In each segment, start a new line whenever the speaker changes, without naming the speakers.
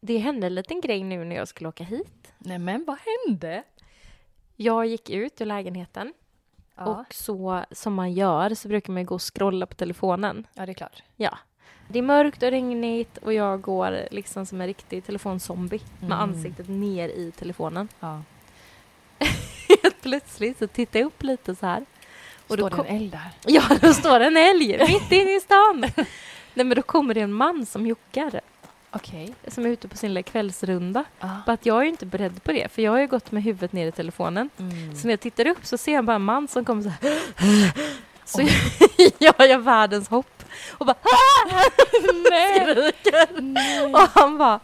det hände en liten grej nu när jag skulle åka hit.
Nej men vad hände?
Jag gick ut ur lägenheten
Ja,
och så som man gör så brukar man ju gå och scrolla på telefonen.
ja det är klart.
Ja. Det är mörkt och regnigt och jag går liksom som en riktig telefonzombie med
Mm.
ansiktet ner i telefonen.
Ja.
Helt plötsligt så tittar jag upp lite så här. då
Och Står det
kom-
en eld där?
Ja, då står en älg mitt inne i stan. Nej, men då kommer det en man som jockar,
Okej.
som är ute på sin lilla kvällsrunda.
Ja.
Bara att jag är ju inte beredd på det, för jag har ju gått med huvudet ner i telefonen.
Mm.
Så när jag tittar upp så ser jag bara en man som kommer så här. Så jag, jag gör världens hopp och bara "Ah!"
Nej!
skriker.
Nej.
Och han bara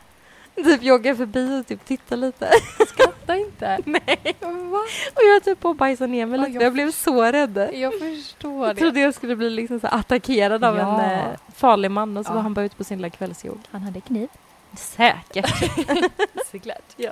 typ joggar förbi och typ tittar lite.
Skratta inte.
Nej.
Va?
Och jag typ på och bajsar ner mig
Ja,
lite.
jag
Jag blev så rädd.
Jag förstår
Jag
det.
trodde jag skulle bli liksom så här attackerad av
Ja.
en eh, farlig man och så
Ja.
var han bara ute på sin lilla kvällsjogg.
Han hade kniv.
Säkert.
Såklart.
ja.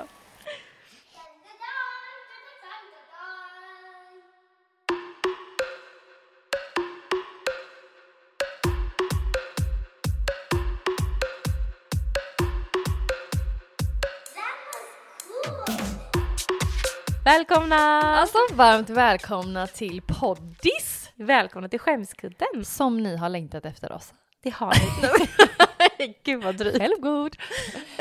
Välkomna!
Alltså varmt välkomna till poddis!
Välkomna till Skämskudden.
Som ni har längtat efter oss.
Det har ni. Gud vad drygt.
Självgod!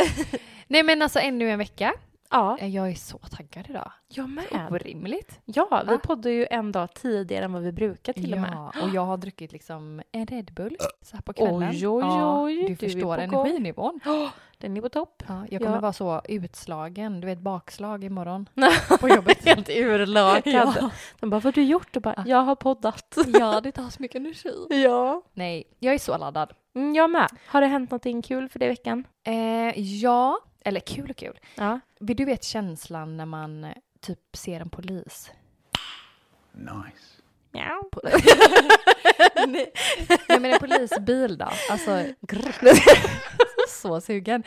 Nej men alltså ännu en vecka.
Ja,
Jag är så taggad idag.
jag med.
Orimligt.
Ja, vi
Va?
poddar ju en dag tidigare än vad vi brukar till och med.
Ja, och jag har druckit liksom en Red Bull så här på
Oj,
kvällen.
oj,
Ja,
oj, du är
du förstår
på gång.
energinivån.
Den är på topp.
typ. Ja, jag kommer
Ja.
vara så utslagen, du vet bakslag imorgon på jobbet.
Helt urlakad.
ja.
De bara, vad har du gjort? Och bara,
Ja.
jag har poddat.
ja, det tar så mycket energi.
Ja.
Nej, jag är så laddad.
Mm, jag med. Har det hänt någonting kul för dig i veckan?
Eh, ja, eller kul och kul.
Ja.
Vill du vet känslan när man eh, typ ser en polis?
Nice.
Ja.
Jag menar en polisbil då. Alltså, så sugen.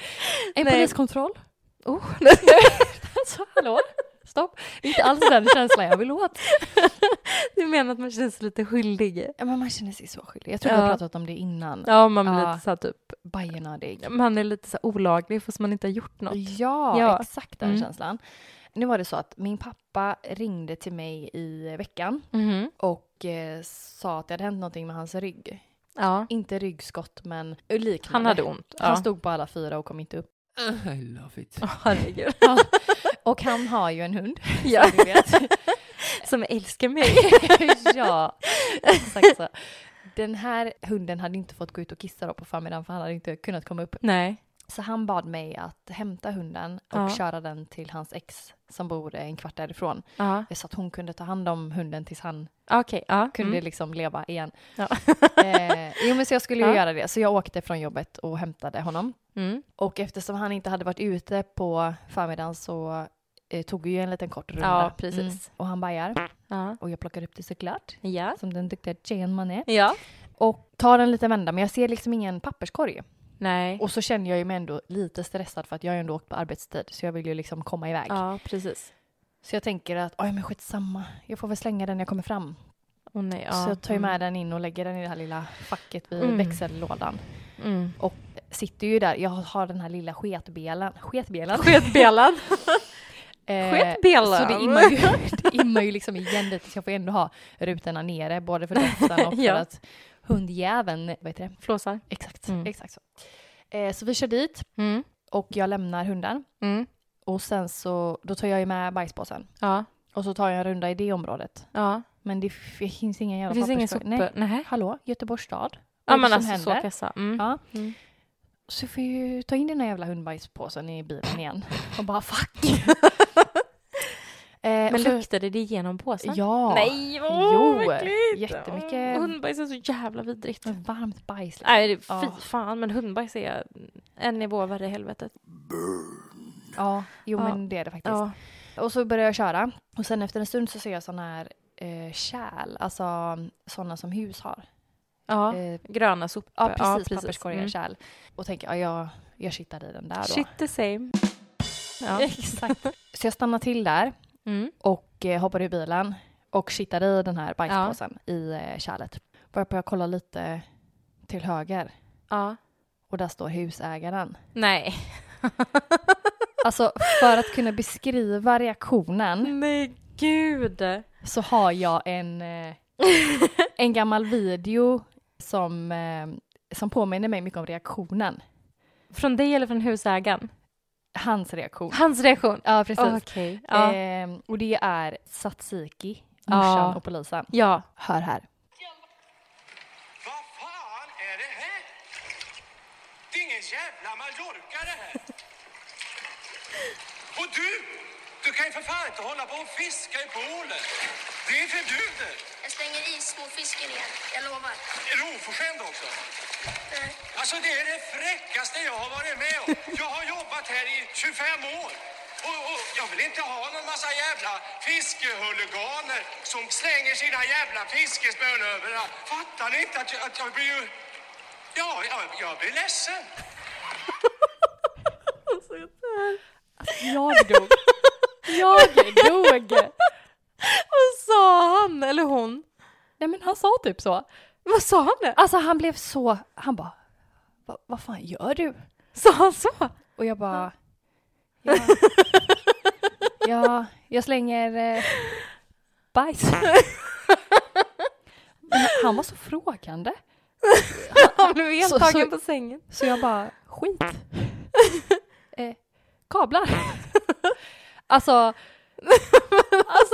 En
Nej.
poliskontroll.
Oh.
Alltså, hallå? Stopp. Det är inte alls den känslan jag vill åt.
Du menar att man känns lite skyldig?
Ja, men man känner sig så skyldig. Jag tror vi
Ja.
har pratat om det innan.
Ja, man blir
Ja.
lite så här, typ,
Bajenödig.
man är lite så här olaglig fast man inte har gjort något.
Ja,
Ja.
exakt den
Mm.
känslan. Nu var det så att min pappa ringde till mig i veckan
Mhm.
och eh, sa att det hade hänt någonting med hans rygg.
Ja.
Inte ryggskott, men liknande.
Han hade ont.
Han stod på alla fyra och kom inte upp.
I love it.
Åh, herregud.
Ja. och han har ju en hund.
Ja.
Du vet.
Som älskar mig.
ja, exakt så. Den här hunden hade inte fått gå ut och kissa då på förmiddagen för han hade inte kunnat komma upp.
Nej.
Så han bad mig att hämta hunden och
Ja.
köra den till hans ex som bor en kvart därifrån.
Ja.
Så att hon kunde ta hand om hunden tills han
Okej. Ja.
kunde
Mm.
liksom leva igen.
Ja.
eh, jo men så jag skulle ju
Ja.
göra det. Så jag åkte från jobbet och hämtade honom.
Mm.
Och eftersom han inte hade varit ute på förmiddagen så eh, tog vi ju en liten kort runda. Mm.
Ja, precis.
Och han bajar.
Ja.
Och jag plockar upp det såklart.
Ja.
Som den duktiga tjejen man är.
Ja.
Och tar en liten vända men jag ser liksom ingen papperskorg.
Nej.
Och så känner jag ju mig ändå lite stressad för att jag har ju ändå åkt på arbetstid så jag vill ju liksom komma iväg.
Ja, precis.
Så jag tänker att oj men skitsamma, jag får väl slänga den när jag kommer fram.
Åh nej, ja.
Så jag tar ju
Mm.
med den in och lägger den i det här lilla facket vid
Mm.
växellådan.
Mm.
Sitter ju där, jag har den här lilla sketbelen. Sketbelen?
Sketbelad.
Eh,
sketbelen.
Så det immar, ju, det immar ju liksom igen lite så jag får ändå ha rutorna nere både för doften och för
Ja.
att hundjäveln, vad heter det?
Flåsar.
Exakt,
Mm.
exakt så. Eh, så vi kör dit
Mm.
och jag lämnar hunden.
Mm.
Och sen så, då tar jag ju med bajspåsen.
Ja.
Och så tar jag en runda i det området.
Ja.
Men det f- finns ingen jävla
Det finns ingen
papperskorg.
sopor. Nej.
Nej.
Nej.
Hallå, Göteborgs stad?
Ja
Vad
men
är det
alltså
som
så
händer?
kassa. Mm.
Ja.
Mm.
Så får jag ju ta in den här jävla hundbajspåsen i bilen igen. Och bara fuck. eh,
Men luktade det igenom påsen?
Ja.
Nej,
Jo,
vad äckligt!
jättemycket.
Åh, Hundbajs är så jävla vidrigt.
Men varmt bajs. liksom.
Nej, det, fy
Ja.
fan, men hundbajs är en nivå värre i helvetet.
Ja, jo
Ja.
men det är det faktiskt.
Ja.
Och så börjar jag köra. Och sen efter en stund så ser jag sådana här eh, kärl. Alltså sådana som hus har.
ja.
Eh,
Gröna sopor. Mm.
ja, precis. Papperskorgar, kärl. Och tänker, ja jag, jag kittar i den där då.
Shit the same. Ja.
Exakt. Så jag stannar till där
Mm.
och eh, hoppar ur bilen och kittar i den här bajspåsen i eh, kärlet. Börjar jag kolla lite till höger
ja.
och där står husägaren.
Nej.
Alltså för att kunna beskriva reaktionen
Men gud!
så har jag en, eh, en gammal video som, eh, som påminner mig mycket om reaktionen.
Från dig eller från husägaren?
Hans reaktion.
Hans reaktion?
Ja, precis.
Okej. Ja. Eh,
Ehm, och det är Satsiki,
Ja.
morsan och polisen.
ja.
Hör här.
Vad fan är det här? Det är ingen jävla Mallorca det här. Och du, du kan ju för fan inte hålla på och fiska i poolen. Det är förbjudet.
Jag slänger i småfisken igen, jag lovar.
Är du oförskämd också?
Nej.
Alltså det är det fräckaste jag har varit med om. Jag har jobbat här i 25 år. Och, och jag vill inte ha någon massa jävla fiskehuliganer som slänger sina jävla fiskespön överallt. Fattar ni inte att jag, att jag blir ju... Ja, jag, jag blir ledsen.
Alltså,
Jag dog. Jag dog.
Vad sa han eller hon?
Nej men han sa typ så.
Vad sa han? det?
Alltså han blev så, han bara, "Va- vad fan gör du?
Sa han så?
Och jag bara... Ja, ja jag slänger eh, bajs. Men han var så frågande.
Han blev helt
Så-
tagen
så-
på sängen.
Så jag bara, skit. Eh, kablar. Alltså, alltså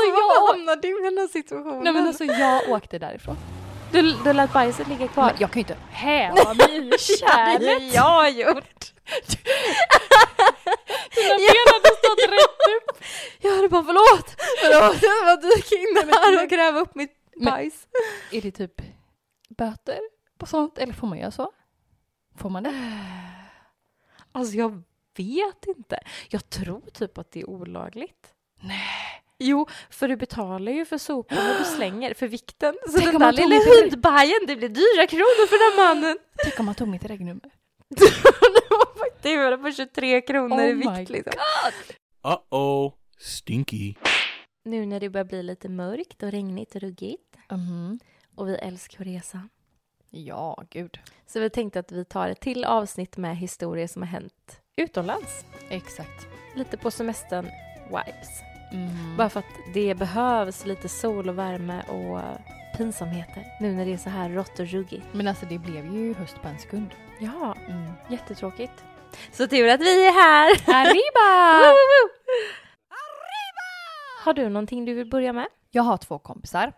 Varför
jag,
hamnade du i den här situationen?
nej men alltså jag åkte därifrån.
du, du lät bajset ligga kvar?
Men jag kan ju inte häva mig i
det
kärlet.
är jag har gjort.
Mina ben hade stått rätt upp.
Jag hade bara förlåt, förlåt, jag bara dyka in här och gräva upp mitt
Men-
bajs.
Är det typ böter på sånt? Eller får man göra så? Får man det?
Alltså jag vet inte. Jag tror typ att det är olagligt. Nej. Jo, för du betalar ju för soporna du slänger, för vikten. Så
Tänk
den
om
där
han tog
lilla
mitt reg-
hundbajen, det blir dyra kronor för den här mannen.
Tänk om man tog mitt regnummer.
Faktura på 23 kronor
Oh
i
my
vikt liksom.
Uh-oh. Stinky.
Nu när det börjar bli lite mörkt och regnigt och ruggigt och vi älskar att resa.
Mhm. Ja, gud.
Så vi tänkte att vi tar ett till avsnitt med historier som har hänt utomlands.
Exakt.
Lite på semestern vibes.
Mm.
Bara för att det behövs lite sol och värme och pinsamheter nu när det är så här rått och ruggigt.
Men alltså det blev ju höst på en sekund.
Ja,
Mm.
jättetråkigt. Så tur att vi är här!
Arriba!
Woo, woo, woo. Har du någonting du vill börja med?
Jag har två kompisar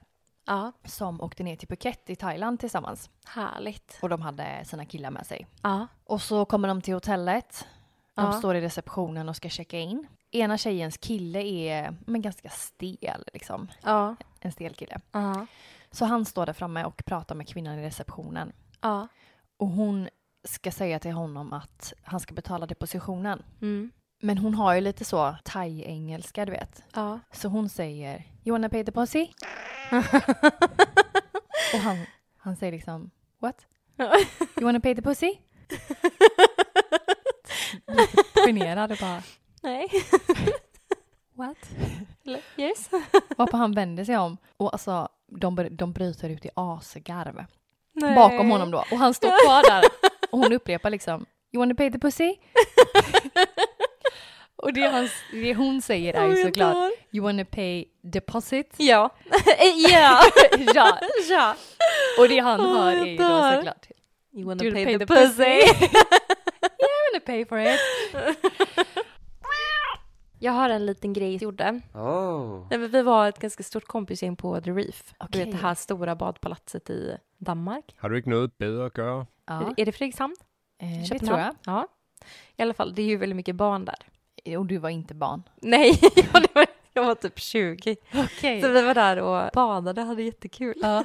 Ja.
som åkte ner till Phuket i Thailand tillsammans.
Härligt.
Och de hade sina killar med sig.
Ja.
Och så kommer de till hotellet. De
Ja.
står i receptionen och ska checka in. Ena tjejens kille är men, ganska stel, liksom.
Ja.
En stel kille.
Ja.
Så han står där framme och pratar med kvinnan i receptionen.
Ja.
Och hon ska säga till honom att han ska betala depositionen.
Mm.
Men hon har ju lite så thai-engelska, du vet.
Ja.
Så hon säger “You wanna pay deposit?” Och han, han säger liksom “What? You wanna pay the pussy?” Lite generad och bara
Nej.
“What?”
Eller, Yes.
Varpå han vänder sig om och alltså de, br- de bryter ut i asgarv bakom honom då och han står kvar där och hon upprepar liksom “You wanna pay the pussy?” Och det, han, det hon säger
Oh,
är ju såklart “You wanna pay deposit?”
Ja. Eh, ja.
Ja, Oh
ja.
och det han
Åh,
hör
jag
är ju då
dör.
såklart
You wanna
You'll
pay,
pay
the,
the
pussy.
gonna pay for it.
Jag har en liten grej jag gjorde.
Oh.
Nej, men vi var ett ganska stort kompisgäng på The Reef. Du
Okej.
vet det här stora badpalatset i Danmark.
Har du inte något bättre att göra?
Ja,
Är det Fredrikshamn?
eh, det tror
Köpenhamn?
jag.
Ja. I alla fall, det är ju väldigt mycket barn där.
Och du var inte barn.
Nej, jag var, jag var typ 20.
Okej.
Så vi var där och badade, hade jättekul.
Ja.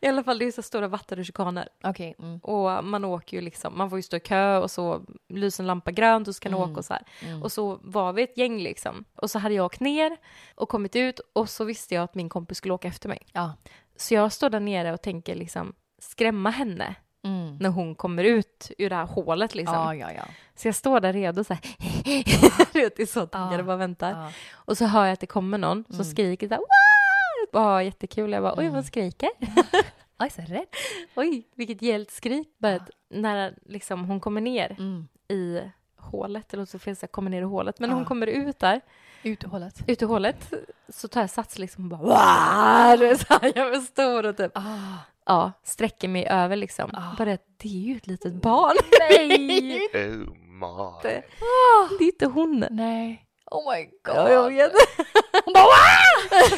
I alla fall, det är ju så stora vattenrutschkanor.
Okej. Mm.
Och man åker ju liksom, man får ju stå i kö och så lyser en lampa grönt och så kan
Mm.
du åka och så här. Och så var vi ett gäng liksom. Och så hade jag åkt ner och kommit ut och så visste jag att min kompis skulle åka efter mig.
Ja.
Så jag står där nere och tänker liksom skrämma henne
Mm.
när hon kommer ut ur det här hålet liksom.
Ja, ja, ja.
Så jag står där redo så här. du vet, det är så taggad och bara väntar.
ja. Mm.
Och så hör jag att det kommer någon som skriker så här. "Wow!" Bara, jättekul. Jag bara, oj vad skriker.
Oj, så rädd.
Oj, vilket hjältskrik. Bara att när liksom, hon kommer ner
Mm.
i hålet, det låter så fel så jag kommer ner i hålet, men när hon
Ja.
kommer ut där,
Ut ur hålet.
ut ur hålet, så tar jag sats liksom och bara "Wah!" Du vet, så här, jag är stor och typ,
Ah,
ja, sträcker mig över liksom.
Ah.
Bara det, det är ju ett litet barn.
nej!
Oh my.
Det, det är inte hon.
nej. Oh my god.
Ja, jag vet.
Hon bara "Wah!"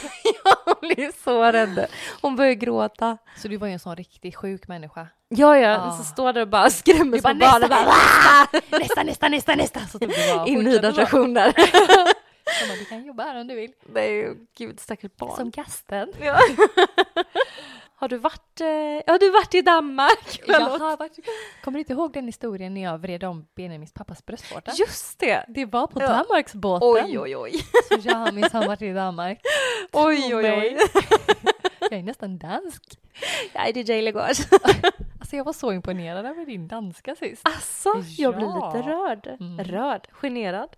Hon blir så rädd. Hon börjar gråta.
Så du var ju en sån riktigt sjuk människa.
Ja, ja,
Ah.
så står där och bara skrämmer
Du bara
som barn.
nästa,
och bara,
nästa, nästa, nästa, nästa. Så typ du bara
Inhyrd
fortsätter bara.
attraktion där.
Hon bara, Du kan jobba här om du vill.
Nej, gud stackars barn.
Som gasten.
Ja. har du varit, eh, ja, du har varit i Danmark?
Jag har varit... Kommer du inte ihåg den historien när jag vred om Benjamins pappas bröstvårta?
Just det!
Det var på
Ja.
Danmarksbåten.
Oj, oj, oj.
Så jag har minsann varit i Danmark.
Oj,
Tro
oj,
mig.
oj.
Jag är nästan dansk.
Nej, det är Jay Legage.
Alltså jag var så imponerad över din danska sist.
Alltså, jag blir
Ja.
lite rörd.
Mm.
Rörd? Generad?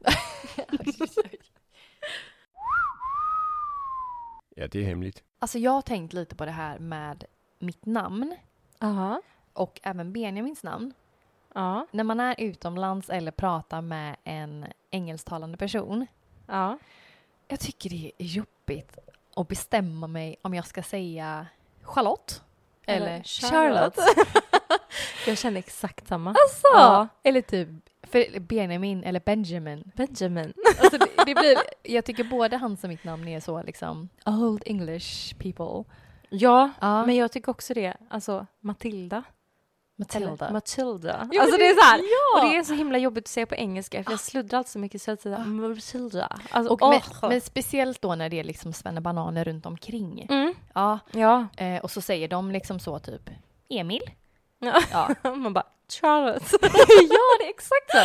Ja, det er hemmeligt.
Alltså jag har tänkt lite på det här med mitt namn
Aha.
och även Benjamins namn.
Ja.
När man är utomlands eller pratar med en engelsktalande person.
Ja.
Jag tycker det är jobbigt att bestämma mig om jag ska säga Charlotte eller,
Eller
Charlotte.
Charlotte. Jag känner exakt samma.
Alltså,
Ja.
Eller typ för Benjamin eller Benjamin.
Benjamin.
Alltså det, det blir, jag tycker både hans och mitt namn är så liksom old English people.
Ja,
Ja.
men jag tycker också det. Alltså, Matilda.
Matilda.
Eller Matilda.
Ja,
alltså
men
det är så här.
ja. Ah.
Och det är så himla jobbigt att säga på engelska för jag sluddrar allt så mycket så jag säger Matilda. Alltså,
och
åh.
men, men speciellt då när det är liksom bananer runt omkring.
Mm.
Ja,
Ja.
eh, och så säger de liksom så typ Emil.
Ja.
Ja.
Man bara Charlotte.
ja, det är exakt så.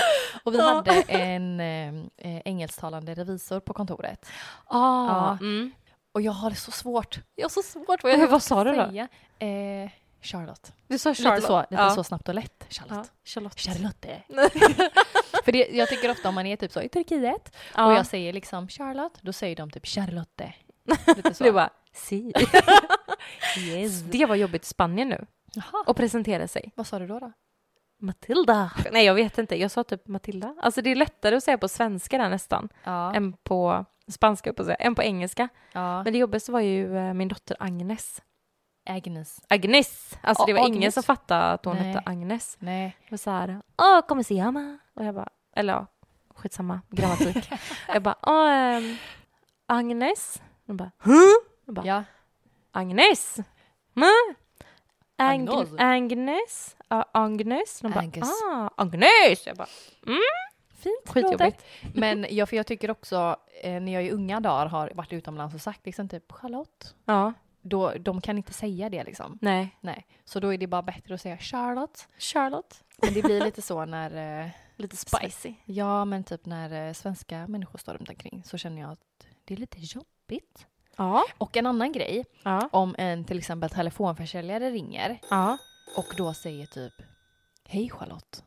Och vi
Ja.
hade en eh, eh, engelsktalande revisor på kontoret.
Ah. Mm.
Och jag har det så svårt. Jag har så svårt
Oj,
jag
vad sa du då?
säga. Eh, Charlotte.
Du sa Charlotte.
Lite, så, lite
ja.
så snabbt och lätt. Charlotte.
Ja. Charlotte.
Charlotte. För det, jag tycker ofta om man är typ så i Turkiet
Ja.
och jag säger liksom Charlotte, då säger de typ Charlotte. Lite så.
Du bara si.
yes.
Det var jobbigt i Spanien nu.
Jaha.
Och presentera sig.
Vad sa du då? då?
Matilda. Nej, jag vet inte. Jag sa typ Matilda. Alltså det är lättare att säga på svenska där nästan.
Ja.
Än på spanska, upp och säga. Än på engelska.
ja.
Men det jobbigaste var ju eh, min dotter Agnes.
Agnes.
Agnes! Alltså
Ja,
det var ingen
Agnes.
som fattade att hon
Nej.
hette Agnes.
Nej.
Det var så här, åh, kommer se mamma. Och jag bara, eller ja, skitsamma, grammatik. jag bara, åh, ehm, Agnes. Hon bara, huh? Jag bara,
Ja.
Agnes. Ma? Ang-
Agnos.
Agnes? Ja, Agnes? De bara,
Angus.
ah, Agnes! Jag bara,
Fint.
skitjobbigt.
Men ja, för jag tycker också eh, när jag i unga dagar har varit utomlands och sagt liksom typ Charlotte.
Ja,
Då, de kan inte säga det liksom.
nej.
Nej. Så då är det bara bättre att säga Charlotte.
Charlotte.
Men det blir lite så när eh,
Lite spicy.
Ja, men typ när eh, svenska människor står runt omkring så känner jag att det är lite jobbigt.
Ja,
Och en annan grej,
ja,
om en till exempel telefonförsäljare ringer
ja.
och då säger typ Hej Charlotte,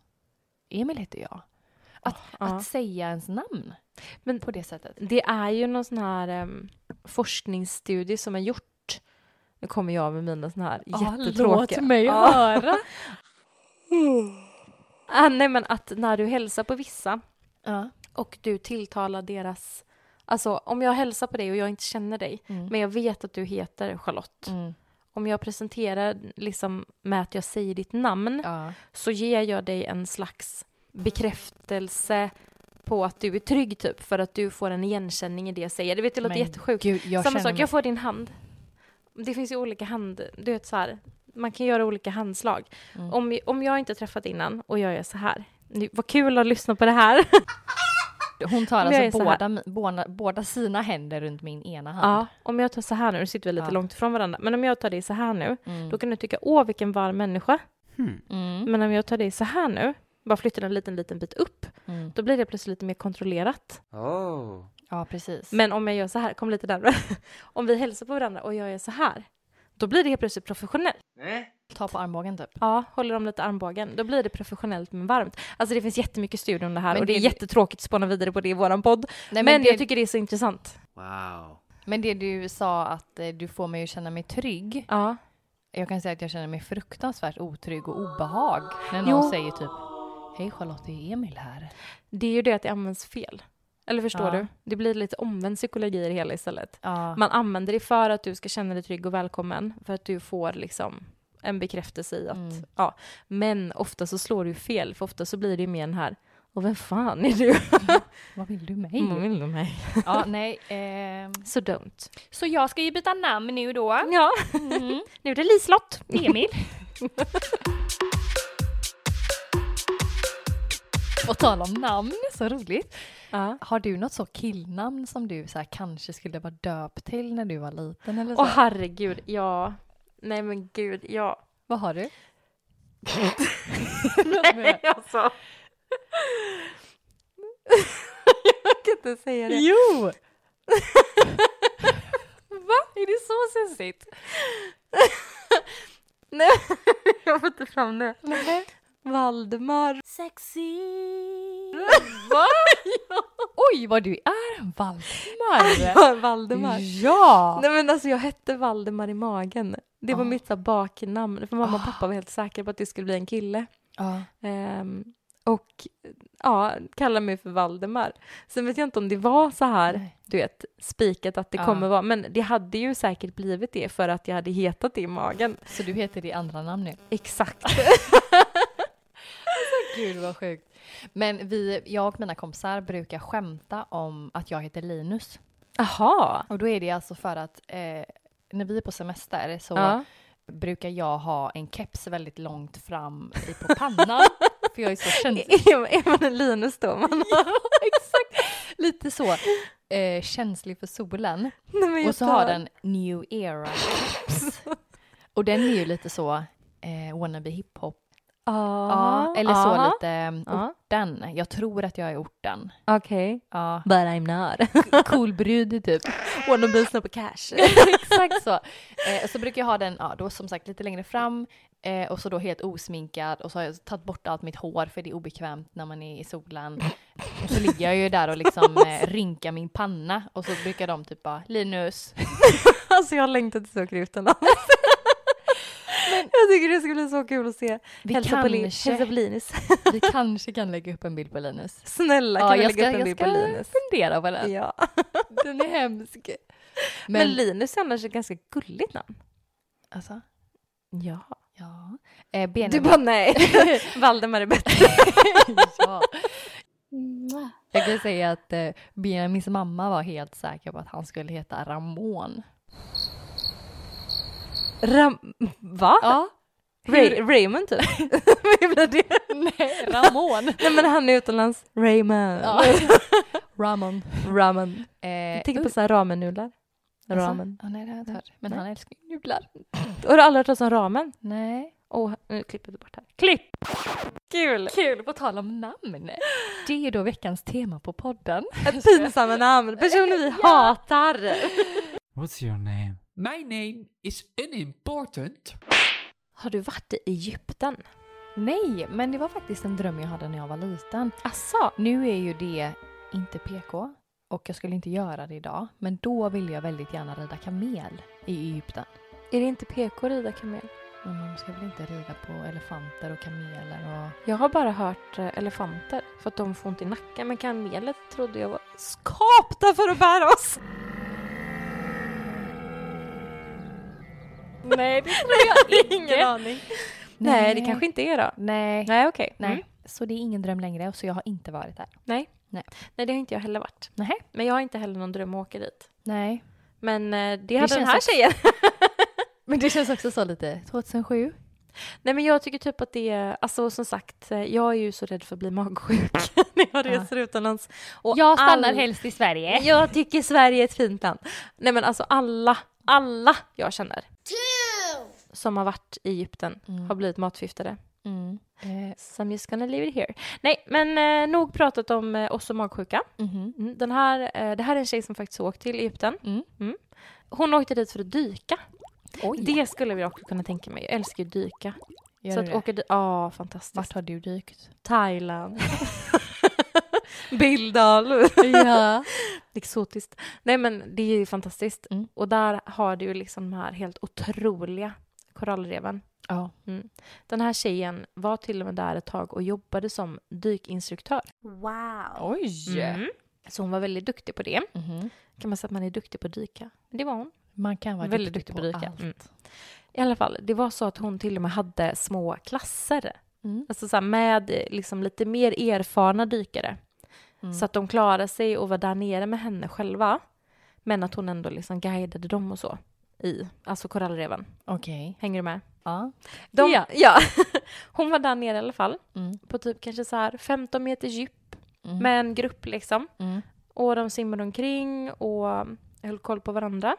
Emil heter jag. Att,
ja.
att säga ens namn
Men-
på det sättet.
Det är ju någon sån här ehm, forskningsstudie som är gjort. Nu kommer jag med mina såna här jättetråkiga. Ja.
höra.
Ah, nej, men att när du hälsar på vissa
ja.
och du tilltalar deras... Alltså om jag hälsar på dig och jag inte känner dig,
Mm.
men jag vet att du heter Charlotte.
Mm.
Om jag presenterar liksom med att jag säger ditt namn
ja.
så ger jag dig en slags bekräftelse på att du är trygg typ, för att du får en igenkänning i det jag säger. Det vet du, det låter
Men
jättesjukt.
Gud, jag
Samma sak,
känner mig-
jag får din hand. Det finns ju olika hand, du vet så här, man kan göra olika handslag.
Mm.
Om, om jag inte träffat innan och jag gör så här, nu, vad kul att lyssna på det här.
Hon tar
Om jag
alltså
är så här-
båda, mi- båda, båda sina händer runt min ena hand.
Ja, om jag tar så här nu, nu sitter vi lite
Ja.
långt ifrån varandra, men om jag tar dig så här nu,
Mm.
då kan du tycka åh vilken varm människa,
Mm.
men om jag tar dig så här nu, bara flyttar den en liten, liten bit upp,
Mm.
då blir det plötsligt lite mer kontrollerat.
Oh.
ja, precis.
Men om jag gör så här, kom lite närmare, om vi hälsar på varandra och jag gör så här, då blir det helt plötsligt professionellt.
Ta på armbågen typ.
Ja, håller de lite armbågen. Då blir det professionellt men varmt. Alltså det finns jättemycket studier om det här
Men
och det är
det-
jättetråkigt att spåna vidare på det i våran podd.
Nej,
men
det-
jag tycker det är så intressant.
Men det du sa att eh, du får mig att känna mig trygg.
Ja.
Jag kan säga att jag känner mig fruktansvärt otrygg och obehag när
Jo.
någon säger typ Hej Charlotte, det är Emil här.
Det är ju det att det används fel. Eller förstår
Ja.
du? Det blir lite omvänd psykologi i det hela istället.
Ja.
Man använder det för att du ska känna dig trygg och välkommen, för att du får liksom en bekräftelse i att, ja. Men ofta så slår du fel, för ofta så blir det ju mer den här, och vem fan är du?
Vad vill du mig?
Vad vill du mig?
Ja, nej. ehm. Mm.
Så dumt.
Så jag ska ju byta namn nu då.
Ja. nu är det Liselott.
Emil. Och tala om namn, så roligt.
Ja.
Har du något så killnamn som du så här, kanske skulle vara döpt till när du var liten? Eller så?
Åh herregud, ja. Nej men gud, ja.
Vad har du?
Nej alltså. Jag kan inte säga det.
Jo!
Va? Är det så sensigt? Nej, jag får inte fram det. Valdemar.
Va? Oj, vad du är en Valdemar!
Valdemar.
Ja!
Nej men alltså jag hette Valdemar i magen. Det var mitt så här baknamn, för mamma och pappa var helt säkra på att det skulle bli en kille.
ja.
Ehm, och ja, kallar mig för Valdemar. Sen vet jag inte om det var så här,
Nej.
du vet, spikat att det
Ja.
kommer vara, men det hade ju säkert blivit det för att jag hade hetat det i magen.
Så du heter det andra namn nu?
Exakt.
Gud vad sjukt. Men vi, jag och mina kompisar brukar skämta om att jag heter Linus.
Jaha.
Och då är det alltså för att eh, när vi är på semester så
Ja.
brukar jag ha en keps väldigt långt fram i- på pannan. för jag är så känslig.
Är är man en Linus då? Man har...
Exakt! Lite så eh, känslig för solen.
Nej, men jag
Och så har
dör.
den New Era keps. Och den är ju lite så eh, wannabe hiphop.
Ja.
Ja, eller så
ja.
lite eh,
Ja.
orten. Jag tror att jag är orten.
Okej.
Ja.
But I'm not.
Cool brud typ.
Wanna be snabba cash.
Exakt så. Eh, så brukar jag ha den, ja, då som sagt lite längre fram eh, och så då helt osminkad och så har jag tagit bort allt mitt hår för det är obekvämt när man är i solen. Och så ligger jag ju där och liksom eh, rynkar min panna och så brukar de typ bara Linus.
Alltså jag har längtat till så krypten. Jag tycker det skulle bli så kul att se.
Vi
Hälsa på, Lin-
kanske-
hälsa på Linus.
Vi kanske kan lägga upp en bild på Linus.
Snälla kan vi lägga upp en bild på Linus?
fundera på den.
Ja.
Den är hemsk.
Men,
Men,
Linus är annars ett ganska gulligt namn.
alltså,
Ja.
ja. Eh,
Du
Benjamin.
bara nej. Valdemar är bättre.
ja. Jag kan säga att eh, Benjamins mamma var helt säker på att han skulle heta Ramon.
Ram... Va?
Ja.
Ray- Raymond typ? Hur blir det?
Nej, Ramon.
Nej men han är utomlands. Raymond.
Ja. Ramon.
Ramen.
Eh,
Tänk på så här ramennudlar.
alltså,
Ramen.
Ja, nej, det har jag inte hört. Men han älskar ju nudlar.
Har du aldrig hört talas om ramen?
Nej.
Åh, nu klipper vi bort här. Klipp! Kul!
Kul, på tal om namn. Det är då veckans tema på podden.
Pinsamma namn, personer vi hatar.
What's your name? My name is unimportant.
Har du varit i Egypten?
Nej, men det var faktiskt en dröm jag hade när jag var liten.
Asså?
Nu är ju det inte PK och jag skulle inte göra det idag. Men då ville jag väldigt gärna rida kamel i Egypten.
Är det inte PK rida kamel?
Men man ska väl inte rida på elefanter och kameler och...
Jag har bara hört eh, elefanter för att de får ont i nacken men kameler trodde jag var skapta för att bära oss.
Nej, det tror
Ingen aning. Nej, det kanske inte är då.
Nej. Nej.
Nej, okej.
Nej.
Mm.
Så det är ingen dröm längre, så jag har inte varit där.
Nej.
Nej.
Nej, det har inte jag heller varit.
Nej.
Men jag har inte heller någon dröm att åka dit.
Nej.
Men eh, det hade den
känns
här
också-
tjejen.
Men det känns också så lite 2007.
Nej men jag tycker typ att det är, alltså som sagt, eh, jag är ju så rädd för att bli magsjuk när jag reser utomlands. Och all-
helst i Sverige.
Jag tycker Sverige är ett fint land. Nej men alltså alla, alla jag känner som har varit i Egypten har blivit matförgiftade.
Mm. Eh,
So I'm just gonna leave it here. Nej, men eh, nog pratat om eh, oss och magsjuka.
mhm.
Mm, Den här, eh, det här är en tjej som faktiskt åkte till Egypten.
Mm.
Hon åkte dit för att dyka.
Oj,
Det skulle jag också kunna tänka mig. Jag älskar ju att dyka.
gör
så
du
att
det?
åka dit, ja fantastiskt.
Vart har du dykt?
Thailand. Bildal.
ja.
Exotiskt. Nej men det är ju fantastiskt.
Mm.
Och där har du ju liksom de här helt otroliga korallreven.
Ja.
Den här tjejen var till och med där ett tag och jobbade som dykinstruktör.
Wow.
Oj!
Mm. Så hon var väldigt duktig på det.
Mhm.
Kan man säga att man är duktig på att dyka? Men Det var hon.
Man kan vara
Väldigt
duktig,
duktig på att dyka.
allt.
Mm. I alla fall, det var så att hon till och med hade små klasser.
Mm.
Alltså så här med eh, liksom lite mer erfarna dykare.
Mm.
Så att de klarade sig och var där nere med henne själva. Men att hon ändå liksom guidade dem och så. I, alltså korallreven.
Okej.
Hänger du med?
Ja.
De,
Ja.
ja. Hon var där nere i alla fall.
Mm.
På typ kanske så här 15 meters djup.
Mm.
Med en grupp liksom.
Mm.
Och de simmade omkring och höll koll på varandra.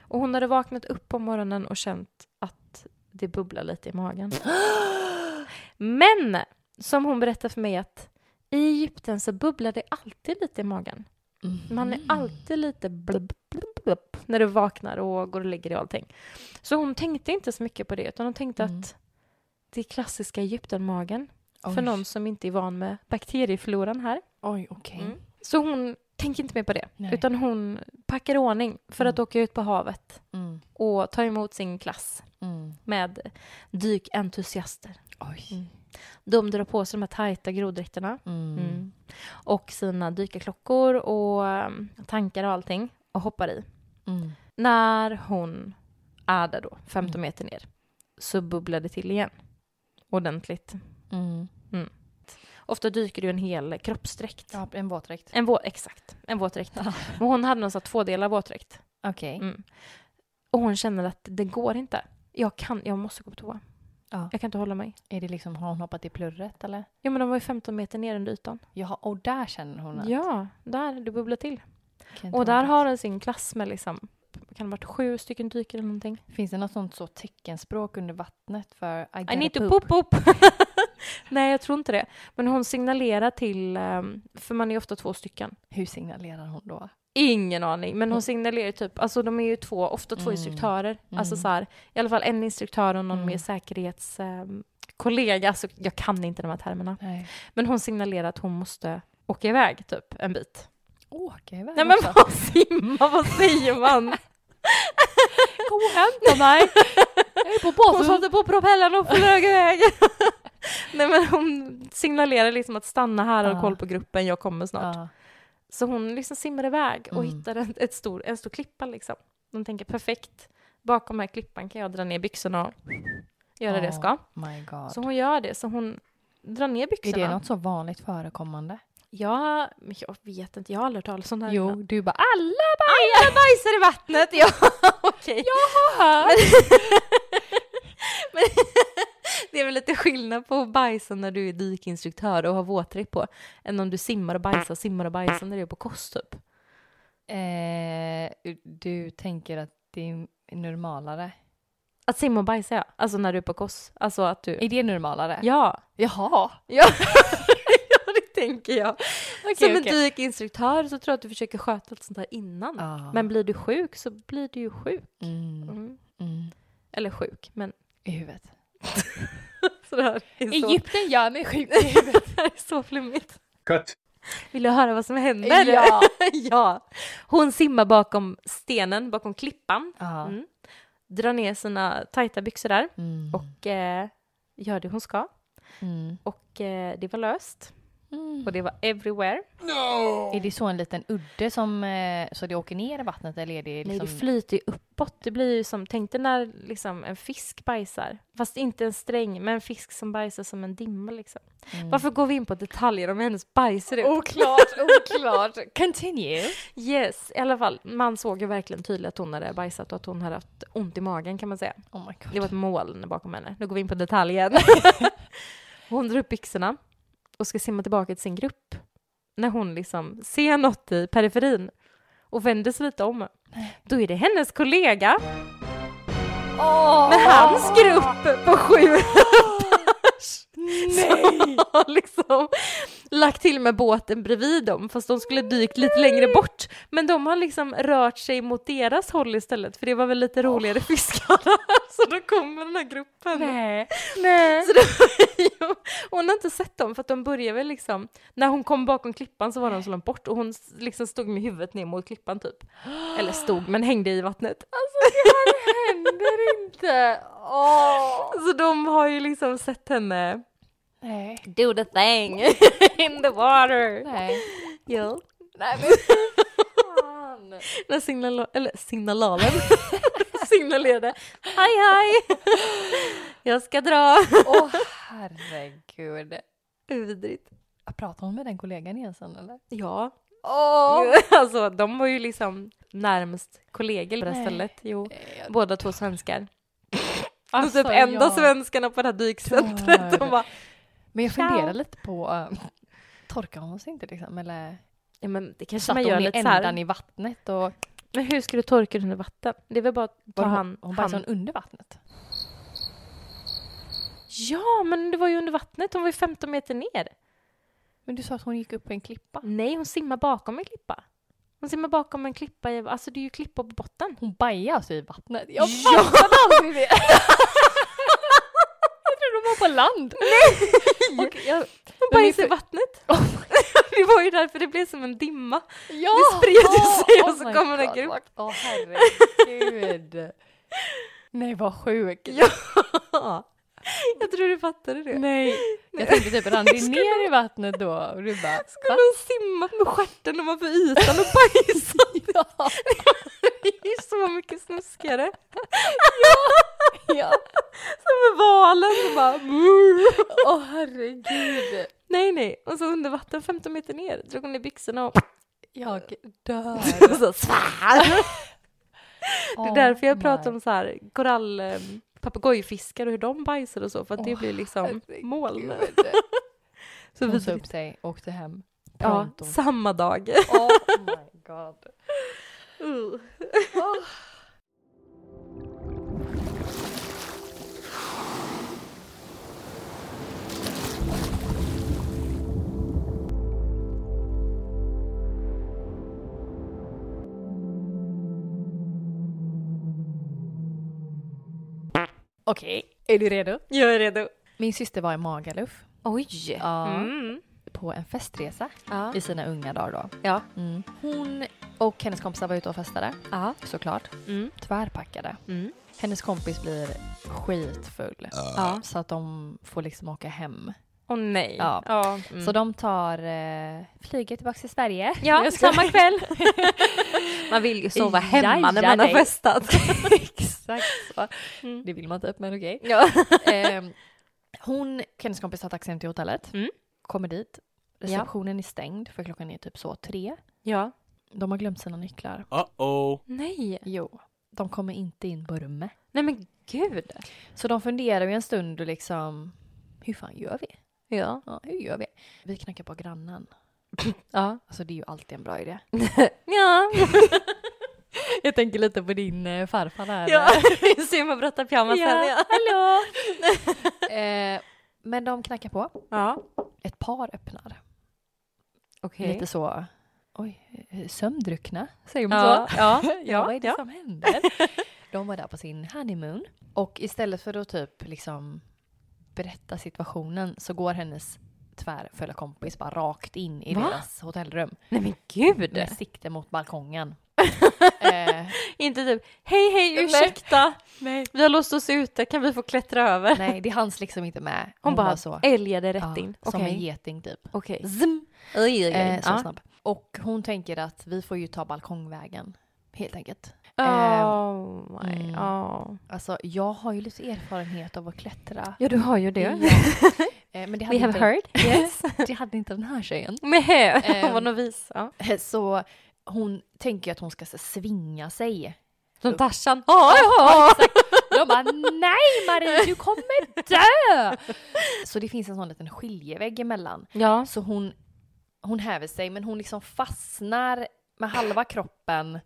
Och hon hade vaknat upp på morgonen och känt att det bubblar lite i magen. Men som hon berättade för mig att i Egypten så bubblar det alltid lite i magen. Man är
Mhm.
alltid lite blubb, blubb, blubb, när du vaknar och går och lägger dig och allting. Så hon tänkte inte så mycket på det utan hon tänkte
Mm.
att det är klassiska Egypten-magen
Oj.
för någon som inte är van med bakteriefloran här.
Oj, okej.
Mm. Så hon tänker inte mer på det,
Nej.
utan hon packar i ordning för att åka ut på havet
Mm.
och ta emot sin klass
Mm.
med dykentusiaster.
Oj.
De drar på sig de här tajta groddräkterna
Mm.
mm. och sina dykarklockor och um, tankar och allting och hoppar i.
Mm.
När hon är där då, 15 meter ner, så bubblar det till igen ordentligt.
Mm.
Ofta dyker du en hel kroppsdräkt.
Ja, en våtdräkt.
En vå- exakt, en våtdräkt. Men hon hade någon sån här tvådelad våtdräkt.
Okej.
Mm. Och hon känner att det går inte. Jag kan, jag måste gå på toa.
Ja.
Jag kan inte hålla mig.
Är det liksom, har hon hoppat i plurret eller?
Ja men de var ju 15 meter ner under ytan.
Jaha, och där känner hon att...
Ja, där, det bubblar till.
Kan inte
Och där
hon-
har hon sin klass med liksom, kan det ha varit sju stycken dyker eller någonting?
Finns det något sånt så teckenspråk under vattnet för I,
I
gotta
need to poop poop! Nej jag tror inte det. Men hon signalerar till, ehm, för man är ju ofta två stycken.
Hur signalerar hon då?
Ingen aning, men hon signalerar ju typ, alltså de är ju två, ofta två instruktörer, alltså så här, i alla fall en instruktör och någon mer säkerhetskollega, alltså jag kan inte de här termerna.
Nej.
Men hon signalerar att hon måste åka iväg typ en bit.
Åka iväg
Nej men
också.
vad simma, vad säger man?
Gå och hämta mig! Jag är på båten!
Hon satte på propellern och flög iväg. Nej men hon signalerar liksom att stanna här och
Ja.
ha koll på gruppen, jag kommer snart.
Ja.
Så hon liksom simmar iväg och
Mm.
hittar en, ett stor, en stor klippa liksom. De tänker perfekt, bakom den här klippan kan jag dra ner byxorna och göra det jag ska.
Ah, My god.
Så hon gör det, så hon drar ner
är
byxorna.
det något så vanligt förekommande?
Ja, men jag vet inte, jag har aldrig hört talas om det här
Jo,
innan.
du bara alla
Alla bajsar i vattnet! Ja, okej. Jag har hört! Men, men det är väl lite skillnad på att bajsa när du är dykinstruktör och har våtdräkt på, än om du simmar och bajsar, simmar och bajsar när du är på kost typ.
Eh, du tänker att det är normalare?
Att simma och bajsa ja, alltså när du är på kost, alltså att du...
Är det normalare?
Ja!
Jaha!
Ja, Ja, det tänker jag. Som en typ.
okej.
dykinstruktör så tror jag att du försöker sköta allt sånt där innan.
Ah.
Men blir du sjuk så blir du ju sjuk.
Mm,
Mm.
mm.
Eller sjuk, men
I huvudet.
sådär. Det är så,
Egypten gör mig sjuk i huvudet.
det är så flummigt.
Cut.
Vill du höra vad som händer?
Ja.
ja. Hon simmar bakom stenen, bakom klippan.
Ja.
Mm. Drar ner sina tajta byxor där
Mm,
och eh, gör det hon ska.
mm.
Och eh, det var löst. Och det var everywhere.
Är det så en liten udde som eh, så det åker ner i vattnet eller är det
Nej,
liksom...
det flyter ju uppåt. Det blir ju som, tänk dig när liksom en fisk bajsar. Fast inte en sträng, men en fisk som bajsar som en dimma liksom. Varför går vi in på detaljer om hur hennes bajs ser ut?
Mm. Oklart,
oh,
oklart. Continue.
Yes, i alla fall. Man såg ju verkligen tydligt att hon hade bajsat och att hon hade haft ont i magen kan man säga.
Oh my
Det
god.
var ett moln bakom henne. Nu går vi in på detaljen. hon drar upp byxorna och ska simma tillbaka till sin grupp. När hon liksom ser något i periferin och vänder sig lite om. Då är det hennes kollega med hans grupp på sju pers. Som har liksom lagt till med båten bredvid dem fast de skulle dykt lite längre bort. Men de har liksom rört sig mot deras håll istället för det var väl lite roligare fiskar. Så då kommer den här gruppen.
Nej.
Så då, hon har inte sett dem för att de började väl liksom, när hon kom bakom klippan så var de så långt bort och hon s- liksom stod med huvudet ner mot klippan typ. Eller stod men hängde i vattnet. Alltså
Händer inte! Åh!
Så de har ju liksom sett henne
Nej.
do the thing in the water.
Nej.
Ja.
Nej men fan!
När signal eller signalalen signalerade hej hej, jag ska dra.
Åh herregud.
Vidrigt.
Pratar hon med den kollegan igen sen eller?
Ja,
Åh!
alltså de var ju liksom närmst kollegor på det här
Nej.
stället. Jo.
Eh,
Båda två svenskar. de
Alltså,
typ enda
jag-
svenskarna på det här dykcentret. De
Dör.
bara,
Men jag
Ciao.
funderar lite på, eh, torkar hon sig inte liksom? Eller
ja, men det kanske
satt
man
hon
gör
i
lite så
ändan
här.
i vattnet och
Men hur ska du torka den i vatten? Det är väl bara att ta
var
hand,
hon, hon
hand.
bajsade hon under vattnet?
Ja, men det var ju under vattnet. Hon var ju 15 meter ner.
Men du sa att hon gick upp på en klippa.
Nej, hon simmar bakom en klippa. Hon simmar bakom en klippa. I, alltså det är ju klippa på botten.
Hon bajade alltså i vattnet. Jag
Ja!
fattade aldrig det! jag trodde hon var på land. Nej! Och jag,
Hon
Men
bajsade i
vi-
vattnet.
Oh
det var ju därför det blev som en dimma.
ja! Oh
Det spred sig och så
my
kom den här
God,
gruppen.
vad- Åh herregud. Nej vad sjukt.
Jag tror du fattade det.
Nej. Jag tänkte typ, rann det ner i vattnet då? Och du bara,
Skulle hon simma med stjärten ovanför ytan och bajsa?
Ja,
Det är ju så mycket snuskigare.
ja.
Som med valen som bara... "Brr."
Åh herregud.
Nej, nej. Och så under vatten 15 meter ner drog hon i byxorna och...
Jag dör. Oh
och så, svär. Det är därför jag pratar om så här korall... eh, Papegojfiskar och hur de bajsar och så för att det
Åh,
blir liksom
herregud.
moln. Så
Hon sa
vidrigt.
upp sig och åkte hem.
Ja,
Pronto.
samma dag. Uh.
Oh my god. Okej, är du redo?
Jag är redo.
Min syster var i Magaluf
Oj!
Ja.
Mm.
på en festresa
Ja.
i sina unga dagar då.
Ja.
Mm. Hon och hennes kompisar var ute och festade,
Ja.
såklart.
Mm.
Tvärpackade.
Mm.
Hennes kompis blir skitfull.
Ja.
Så att de får liksom åka hem.
Åh nej.
Ja.
Ja. Mm.
Så de tar eh, flyget tillbaka till Sverige.
Ja,
Jag skojar.
samma kväll. Man vill ju sova hemma när man har
Jaja, dig.
festat.
Exakt så.
Mm.
Det vill man inte, men okej.
Ja.
Ehm, hon och hennes kompis tar taxin till hotellet.
Mm.
Kommer dit. Receptionen är stängd för klockan är typ så tre.
ja.
De har glömt sina nycklar.
Uh-oh.
Nej.
Jo, de kommer inte in på rummet.
Nej men gud.
Så de funderar ju en stund och liksom, hur fan gör vi?
Ja.
Ja, hur gör vi? Vi knackar på grannen.
Ja.
Alltså det är ju alltid en bra idé.
Ja.
Jag tänker lite på din eh, farfar där.
Simon brottar pyjamasen.
Ja,
hallå.
Eh, men de knackar på.
Ja.
Ett par öppnar.
Okej.
Lite så, oj, eh, sömndruckna, säger man
Ja.
så?
Ja.
Ja, vad är det
ja.
som händer? De var där på sin honeymoon. Och istället för att typ liksom berätta situationen så går hennes tvärfulla kompis bara rakt in i
Va?
deras hotellrum.
Nej men gud.
med sikte mot balkongen. eh,
Inte typ hej hej ursäkta. Nej. Vi har låst oss ute kan vi få klättra över?
nej, det hanns liksom inte med.
Hon, bara
var så.
älgade rätt
ja,
in.
Som en
Okej.
geting typ.
Okej.
Zim,
Oj, oj, oj.
eh, så
Ja.
snabb. Och hon tänker att vi får ju ta balkongvägen. Helt enkelt.
Ehm. Oh my.
Mm.
Oh.
Alltså jag har ju lite erfarenhet av att klättra.
Ja du har ju det.
Eh, men det hade
We have
inte,
heard. Yes.
Det hade inte den här tjejen.
Mähä, hon
Ehm.
var novis. Ja.
Eh, Så hon tänker ju att hon ska så, svinga sig.
Som Tarzan. Ja, ja,
Jag bara nej Marie du kommer dö! Så det finns en sån liten skiljevägg emellan.
ja.
Så hon, hon häver sig men hon liksom fastnar med halva kroppen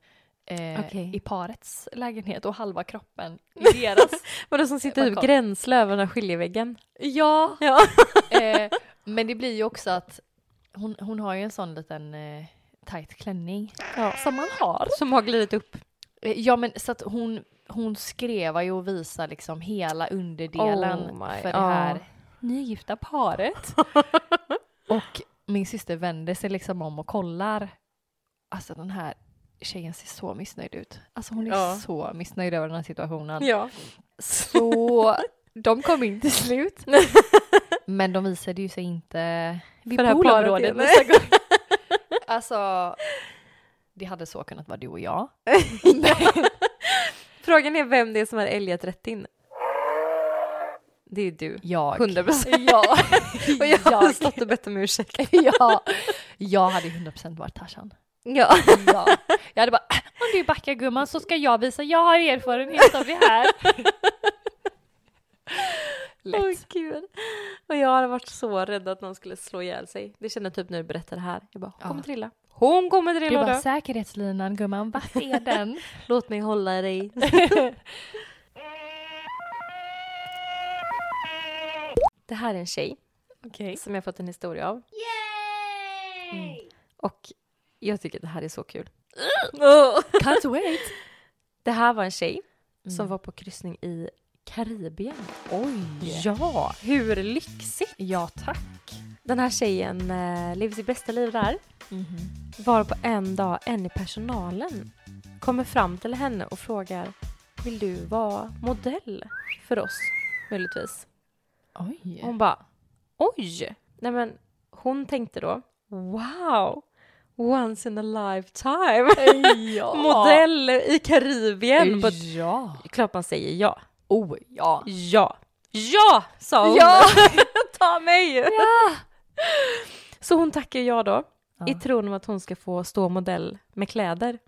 eh,
Okej.
i parets lägenhet och halva kroppen i deras.
Vadå som sitter
Vad
typ
kom-
gränsle över den här skiljeväggen?
ja!
Ja.
Eh, men det blir ju också att Hon, hon har ju en sån liten eh, tight klänning.
Ja, som man har. Som har glidit upp.
Eh, Ja men så att hon, hon skrevar ju och visar liksom hela underdelen
Oh my-
för det
ja.
här nygifta paret. och min syster vänder sig liksom om och kollar. Alltså den här tjejen ser så missnöjd ut. Alltså hon är
Ja.
så missnöjd över den här situationen.
Ja.
Så de kom in till slut. Men de visade ju sig inte vid
För det här paret
poolområdet
igen.
nästa gång. Alltså, det hade så kunnat vara du och jag.
Frågan är vem det är som har älgat rätt in. Det är du.
Jag.
100 procent.
Ja.
Och jag har
Jag.
stått och bett om ursäkt.
ja. Jag hade ju 100% varit Tarzan.
Ja.
Ja. Jag hade bara, "Äh, om du backar gumman så ska jag visa, jag har erfarenhet av det här.
Åh
Lätt.
gud. Och jag har varit så rädd att någon skulle slå ihjäl sig. Det känner jag typ när du berättar det här. Jag bara, hon
Ja.
kommer trilla. Hon kommer
Du
trilla och
bara,
dö.
säkerhetslinan gumman, vart är den?
Låt mig hålla dig. det här är en tjej
Okej.
som jag fått en historia av. Mm. Och jag tycker det här är så kul.
Can't wait.
Det här var en tjej som var på kryssning i Karibien.
Oj.
Ja, hur lyxigt!
Ja, tack.
Den här tjejen eh, lever sitt bästa liv där. Mhm. Var på en dag en i personalen kommer fram till henne och frågar Vill du vara modell för oss? Möjligtvis.
Oj.
Hon bara Oj! Nej men hon tänkte då Wow! Once in a lifetime!
ja.
Modell i Karibien! But,
Ja.
klart man säger ja.
Oh ja.
Ja! Ja! sa hon. Ta mig! Så hon tackar ja då. I tron om att hon ska få stå modell med kläder.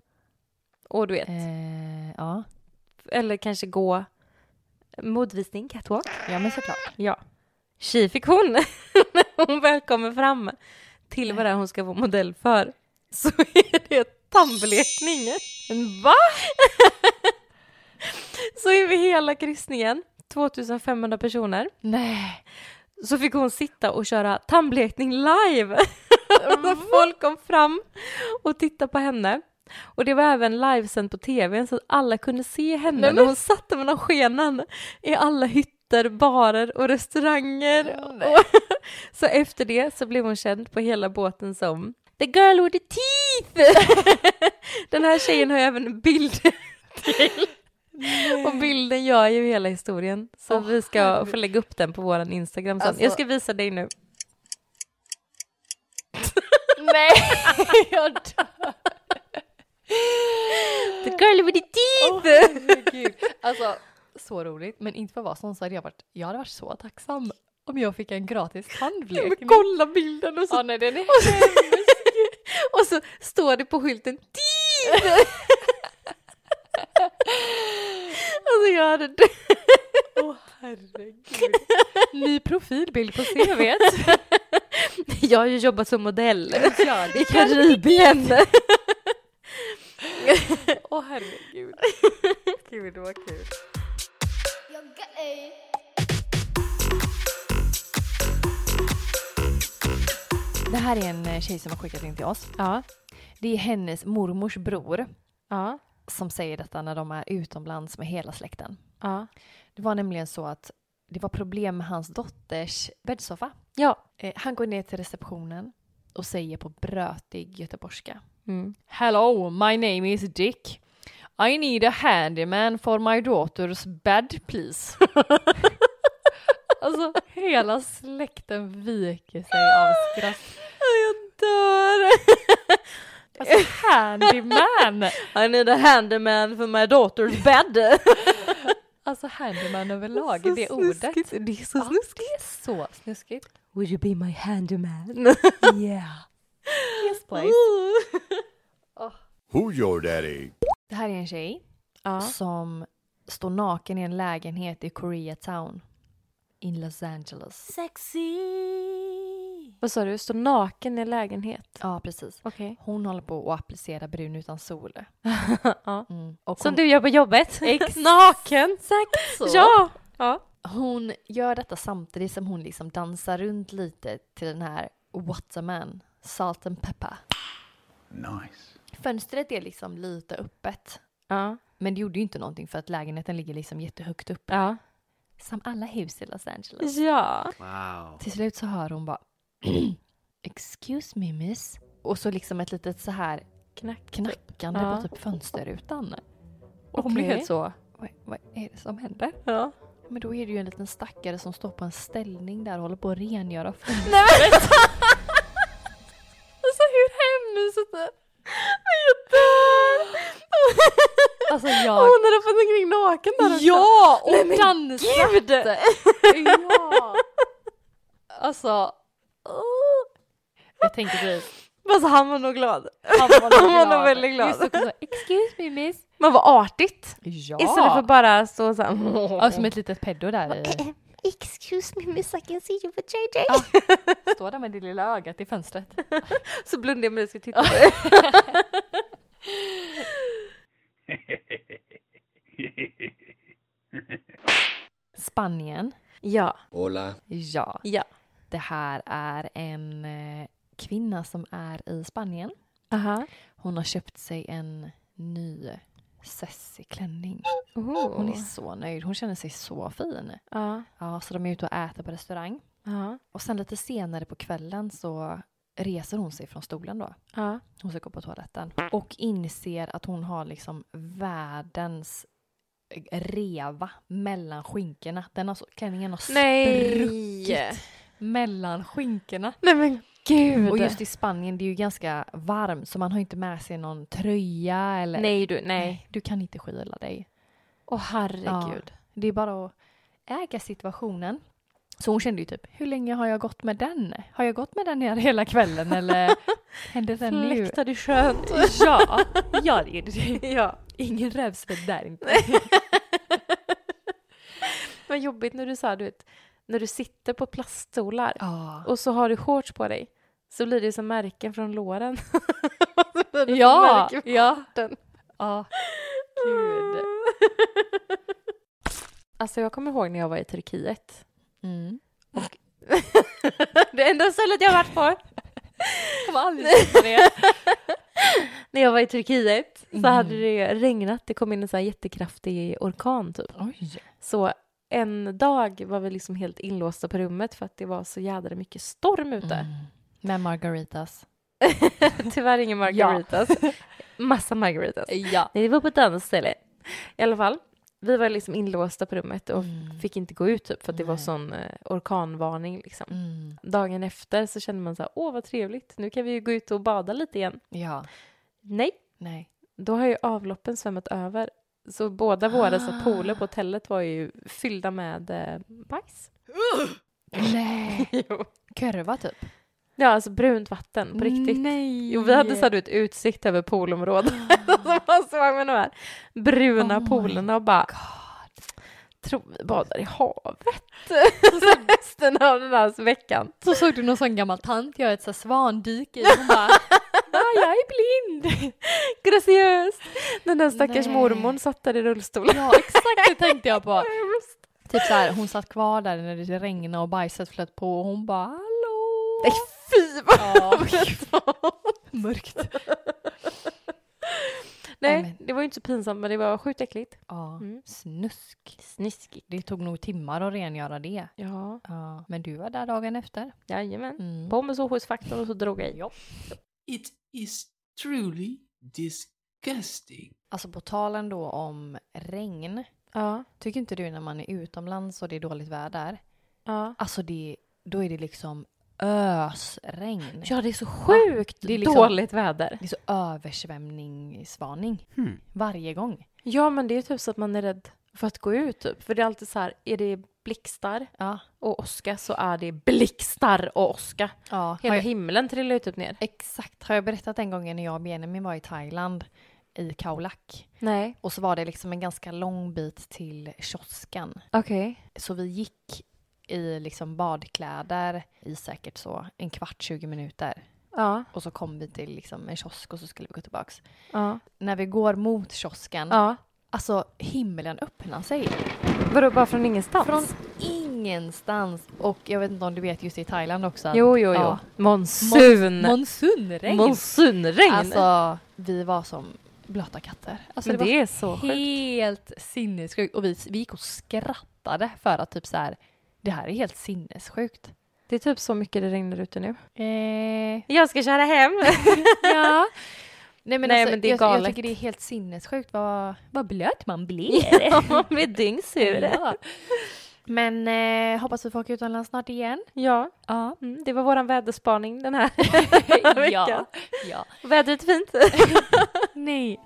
Och du vet,
Eh, ja.
eller kanske gå modevisning, catwalk.
ja, men såklart.
Ja. Tji fick hon när hon väl kommer fram till vad det är hon ska vara modell för. Så är det tandblekning. Va? Så är vi hela kryssningen, 2500 personer.
Nej.
så fick hon sitta och köra tandblekning live.
Mm.
När folk kom fram och tittade på henne. Och det var även livesänt på tvn så att alla kunde se henne när hon satt där mellan skenen i alla hytter, barer och restauranger. Och så efter det så blev hon känd på hela båten som The girl with the teeth! Den här tjejen har ju även en bild till. Och bilden gör ju hela historien. Så
Åh,
vi ska få lägga upp den på våran Instagram sen.
Alltså-
Jag ska visa dig nu.
Nej. jag dör.
The girl with the teeth!
Herregud. Alltså, så roligt. Men inte för vad som så hade jag varit, jag hade varit så tacksam om jag fick en gratis tandblekning.
Men kolla bilden och så,
Ja, nej, den är
och så står det på skylten teeth! alltså jag hade dött.
ny profilbild på CVt.
Jag har ju jobbat som modell
Ja,
i Karibien.
Åh herregud. Gud vad kul. Det här är en eh, tjej som har skickat in till oss.
Ja,
Det är hennes mormors bror
ja,
som säger detta när de är utomlands med hela släkten.
ja.
Det var nämligen så att det var problem med hans dotters bäddsoffa.
Ja.
Eh, Han går ner till receptionen och säger på brötig göteborgska.
Mm.
Hello, my name is Dick. I need a handyman for my daughter's bed, please. alltså, hela släkten viker sig av skratt.
Jag dör!
Alltså, handyman!
I need a handyman for my daughter's bed.
Alltså, handyman överlag, det ordet.
Det är så
Ja,
snuskigt.
det är så snuskigt.
Would you be my handyman? yeah.
Yes, please.
Who's your daddy?
Det här är en tjej
Ja.
som står naken i en lägenhet i Koreatown i Los Angeles.
Vad sa du? Stå naken i lägenhet?
Ja, precis.
Okej.
Hon håller på att applicera brun utan sol.
ja.
Mm. Och
Som
hon,
du gör på jobbet? naken!
Exakt så.
Ja! ja.
Hon gör detta samtidigt som hon liksom dansar runt lite till den här What's a man Salt and pepper. Nice. Fönstret är liksom lite öppet.
Ja.
Men det gjorde ju inte någonting för att lägenheten ligger liksom jättehögt upp.
Ja.
Som alla hus i Los Angeles.
Ja.
Wow.
Till slut så hör hon bara Excuse me miss. Och så liksom ett litet så här
Knack.
knackande
Ja.
på typ fönsterrutan. Och hon blir
Okej.
helt så, vad, vad är det som händer?
Ja.
Men då är det ju en liten stackare som står på en ställning där och håller på att rengöra fönstret.
Nej men! alltså hur hemskt! Men jag dör!
Alltså
Och
jag...
hon hade fått omkring naken där också.
Ja!
Nej, men
Och dansar!
Gud!
Ja! Alltså... åh. Jag tänker typ...
Alltså han var nog glad.
Han var,
Han var nog väldigt glad.
Just också så, Excuse me miss.
Man var artigt.
Ja!
Istället för bara så såhär...
Ja, som ett litet peddo där i...
Excuse me miss, I can see you with JJ.
Står där med det lilla ögat i fönstret.
Så blundade jag men jag skulle titta på det.
Spanien.
Ja,
Hola.
Ja.
ja.
Det här är en eh, kvinna som är i Spanien.
Aha.
Hon har köpt sig en ny sessig klänning.
Oh.
Hon är så nöjd. Hon känner sig så fin.
Ja,
Ja, så de är ute och äter på restaurang.
ja,
Och sen lite senare på kvällen så reser hon sig från stolen då.
ja.
Hon ska gå på toaletten. Och inser att hon har liksom världens reva mellan skinkorna. Den har så, klänningen har spruckit
Nej!
mellan skinkorna.
Nej men gud!
Och just i Spanien, det är ju ganska varmt så man har inte med sig någon tröja eller...
Nej du, nej.
Du kan inte skyla dig.
Åh herregud.
Ja. Det är bara att äga situationen. Så hon kände ju typ, hur länge har jag gått med den? Har jag gått med den här hela kvällen eller hände den nu?
Fläktar det skönt?
Ja, ja det är det.
ja.
Ingen rävspädd där inte.
Vad jobbigt när du sa du vet, när du sitter på plaststolar
Ja.
och så har du shorts på dig så blir det som märken från låren. Så blir det som
Ja,
märken från
ja.
skjorten.
ja. Gud.
Alltså jag kommer ihåg när jag var i Turkiet.
Mm.
Det enda stället jag har varit på.
Kommer aldrig sluta med det. Mm.
När jag var i Turkiet så hade det regnat. Det kom in en så här jättekraftig orkan typ.
Oj.
Så en dag var vi liksom helt inlåsta på rummet för att det var så jädra mycket storm ute.
Mm. Med margaritas. Mm.
Tyvärr ingen margaritas. Massa margaritas.
Ja.
Nej, det var på ett annat ställe. I alla fall, vi var liksom inlåsta på rummet och
Mm.
fick inte gå ut typ för att det var sån eh, orkanvarning liksom.
Mm.
Dagen efter så kände man så här, åh vad trevligt, nu kan vi ju gå ut och bada lite igen.
Ja.
Nej,
Nej.
då har ju avloppen svämmat över. Så båda våra så här pooler på hotellet var ju fyllda med eh, bajs.
Nej. Körva typ.
Ja, alltså brunt vatten på riktigt.
Nej.
Jo, vi hade så här, du vet, utsikt över poolområdet. så man såg med de här bruna
Oh my
poolerna och bara... Tror vi badar i havet resten av den här veckan.
Så såg du någon sån gammal tant göra ett så här svandyk i och hon bara
Ja, Ah, jag är blind! Graciöst! Den där stackars
Nej.
mormon satt där i rullstolen.
Ja exakt det tänkte jag på. Typ så här, hon satt kvar där när det regnade och bajset flöt på och hon bara hallå.
Nej, fy vad
Ja,
mörkt.
Nej,
Nej,
men-
det var ju inte så pinsamt, men det var sjukt äckligt.
ja. Snusk.
Sniskigt.
Det tog nog timmar att rengöra det.
Ja,
Ja. Men du var där dagen efter.
jajamän.
Mm.
På med solskyddsfaktorn och så drog jag i.
It is truly disgusting.
Alltså på talen då om regn.
Ja,
Tycker inte du när man är utomlands och det är dåligt väder?
ja.
Alltså det, då är det liksom ösregn.
Ja, det är så sjukt
det är liksom-
dåligt väder.
Det är så översvämningsvarning
Hmm.
varje gång.
Ja, men det är typ så att man är rädd för att gå ut typ. För det är alltid så här, är det blixtar
Ja.
och åska så är det blixtar och åska.
ja.
Hela
Har jag,
himlen trillar ju typ ner.
exakt. Har jag berättat en gången när jag och Benjamin var i Thailand i Khao Lak
Nej,
och så var det liksom en ganska lång bit till kiosken.
okej.
Så vi gick i liksom badkläder i säkert så en kvart, 20 minuter.
Ja,
Och så kom vi till liksom en kiosk och så skulle vi gå tillbaks.
ja,
När vi går mot kiosken,
ja.
alltså himlen öppnar sig.
Vadå, bara från ingenstans?
Från ingenstans. ingenstans. Och jag vet inte om du vet just i Thailand också. att-
Jo, jo, jo.
Ja.
Monsun.
Monsunregn.
Monsunregn.
Alltså, vi var som blöta katter. Alltså,
Men
det,
det är så
var
sjukt.
helt sinnessjukt. Och vi, vi gick och skrattade för att typ så här, det här är helt sinnessjukt.
Det är typ så mycket det regnar ute nu.
Eh,
Jag ska köra hem.
ja. Nej men,
Nej,
alltså,
men det är
jag, jag
galet.
tycker det är helt sinnessjukt vad, vad blöt man blir.
Med dyngsur.
Ja. Men eh, hoppas vi får åka utomlands snart igen.
Ja,
Ja.
mm, det var våran väderspaning den här veckan.
ja. ja.
Vädret fint.
Nej.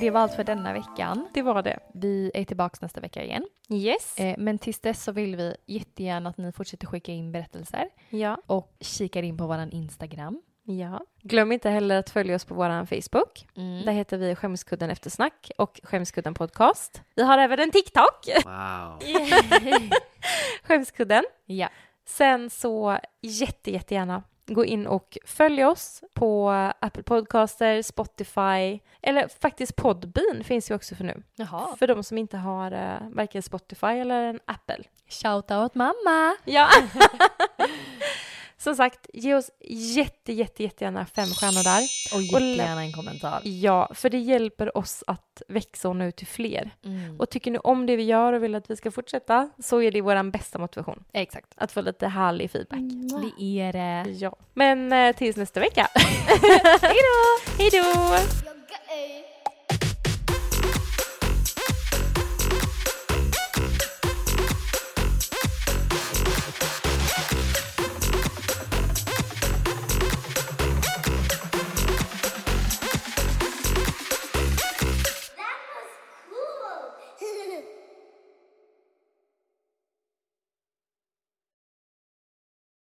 Det var allt för denna veckan.
Det var det.
Vi är tillbaka nästa vecka igen.
Yes.
Eh, Men tills dess så vill vi jättegärna att ni fortsätter skicka in berättelser
Ja.
och kikar in på vår Instagram.
ja. Glöm inte heller att följa oss på våran Facebook.
Mm.
Där heter vi Skämskudden Eftersnack och Skämskudden Podcast. Vi har även en TikTok,
Wow.
Skämskudden.
Ja.
Sen så jätte, jättegärna gå in och följ oss på Apple Podcaster, Spotify eller faktiskt Podbean finns ju också för nu.
Jaha.
För de som inte har eh, varken Spotify eller en Apple.
Shout out mamma!
Ja. som sagt, ge oss jätte, jätte, jättegärna fem stjärnor där.
Och
Och
jättegärna en kommentar.
Ja, för det hjälper oss att växa och nå ut till fler.
Mm.
Och tycker ni om det vi gör och vill att vi ska fortsätta så är det vår bästa motivation.
Exakt.
Att få lite härlig feedback.
Mm.
eh,
Det är det.
Ja. Men eh, tills nästa vecka. Hej då! Hej då!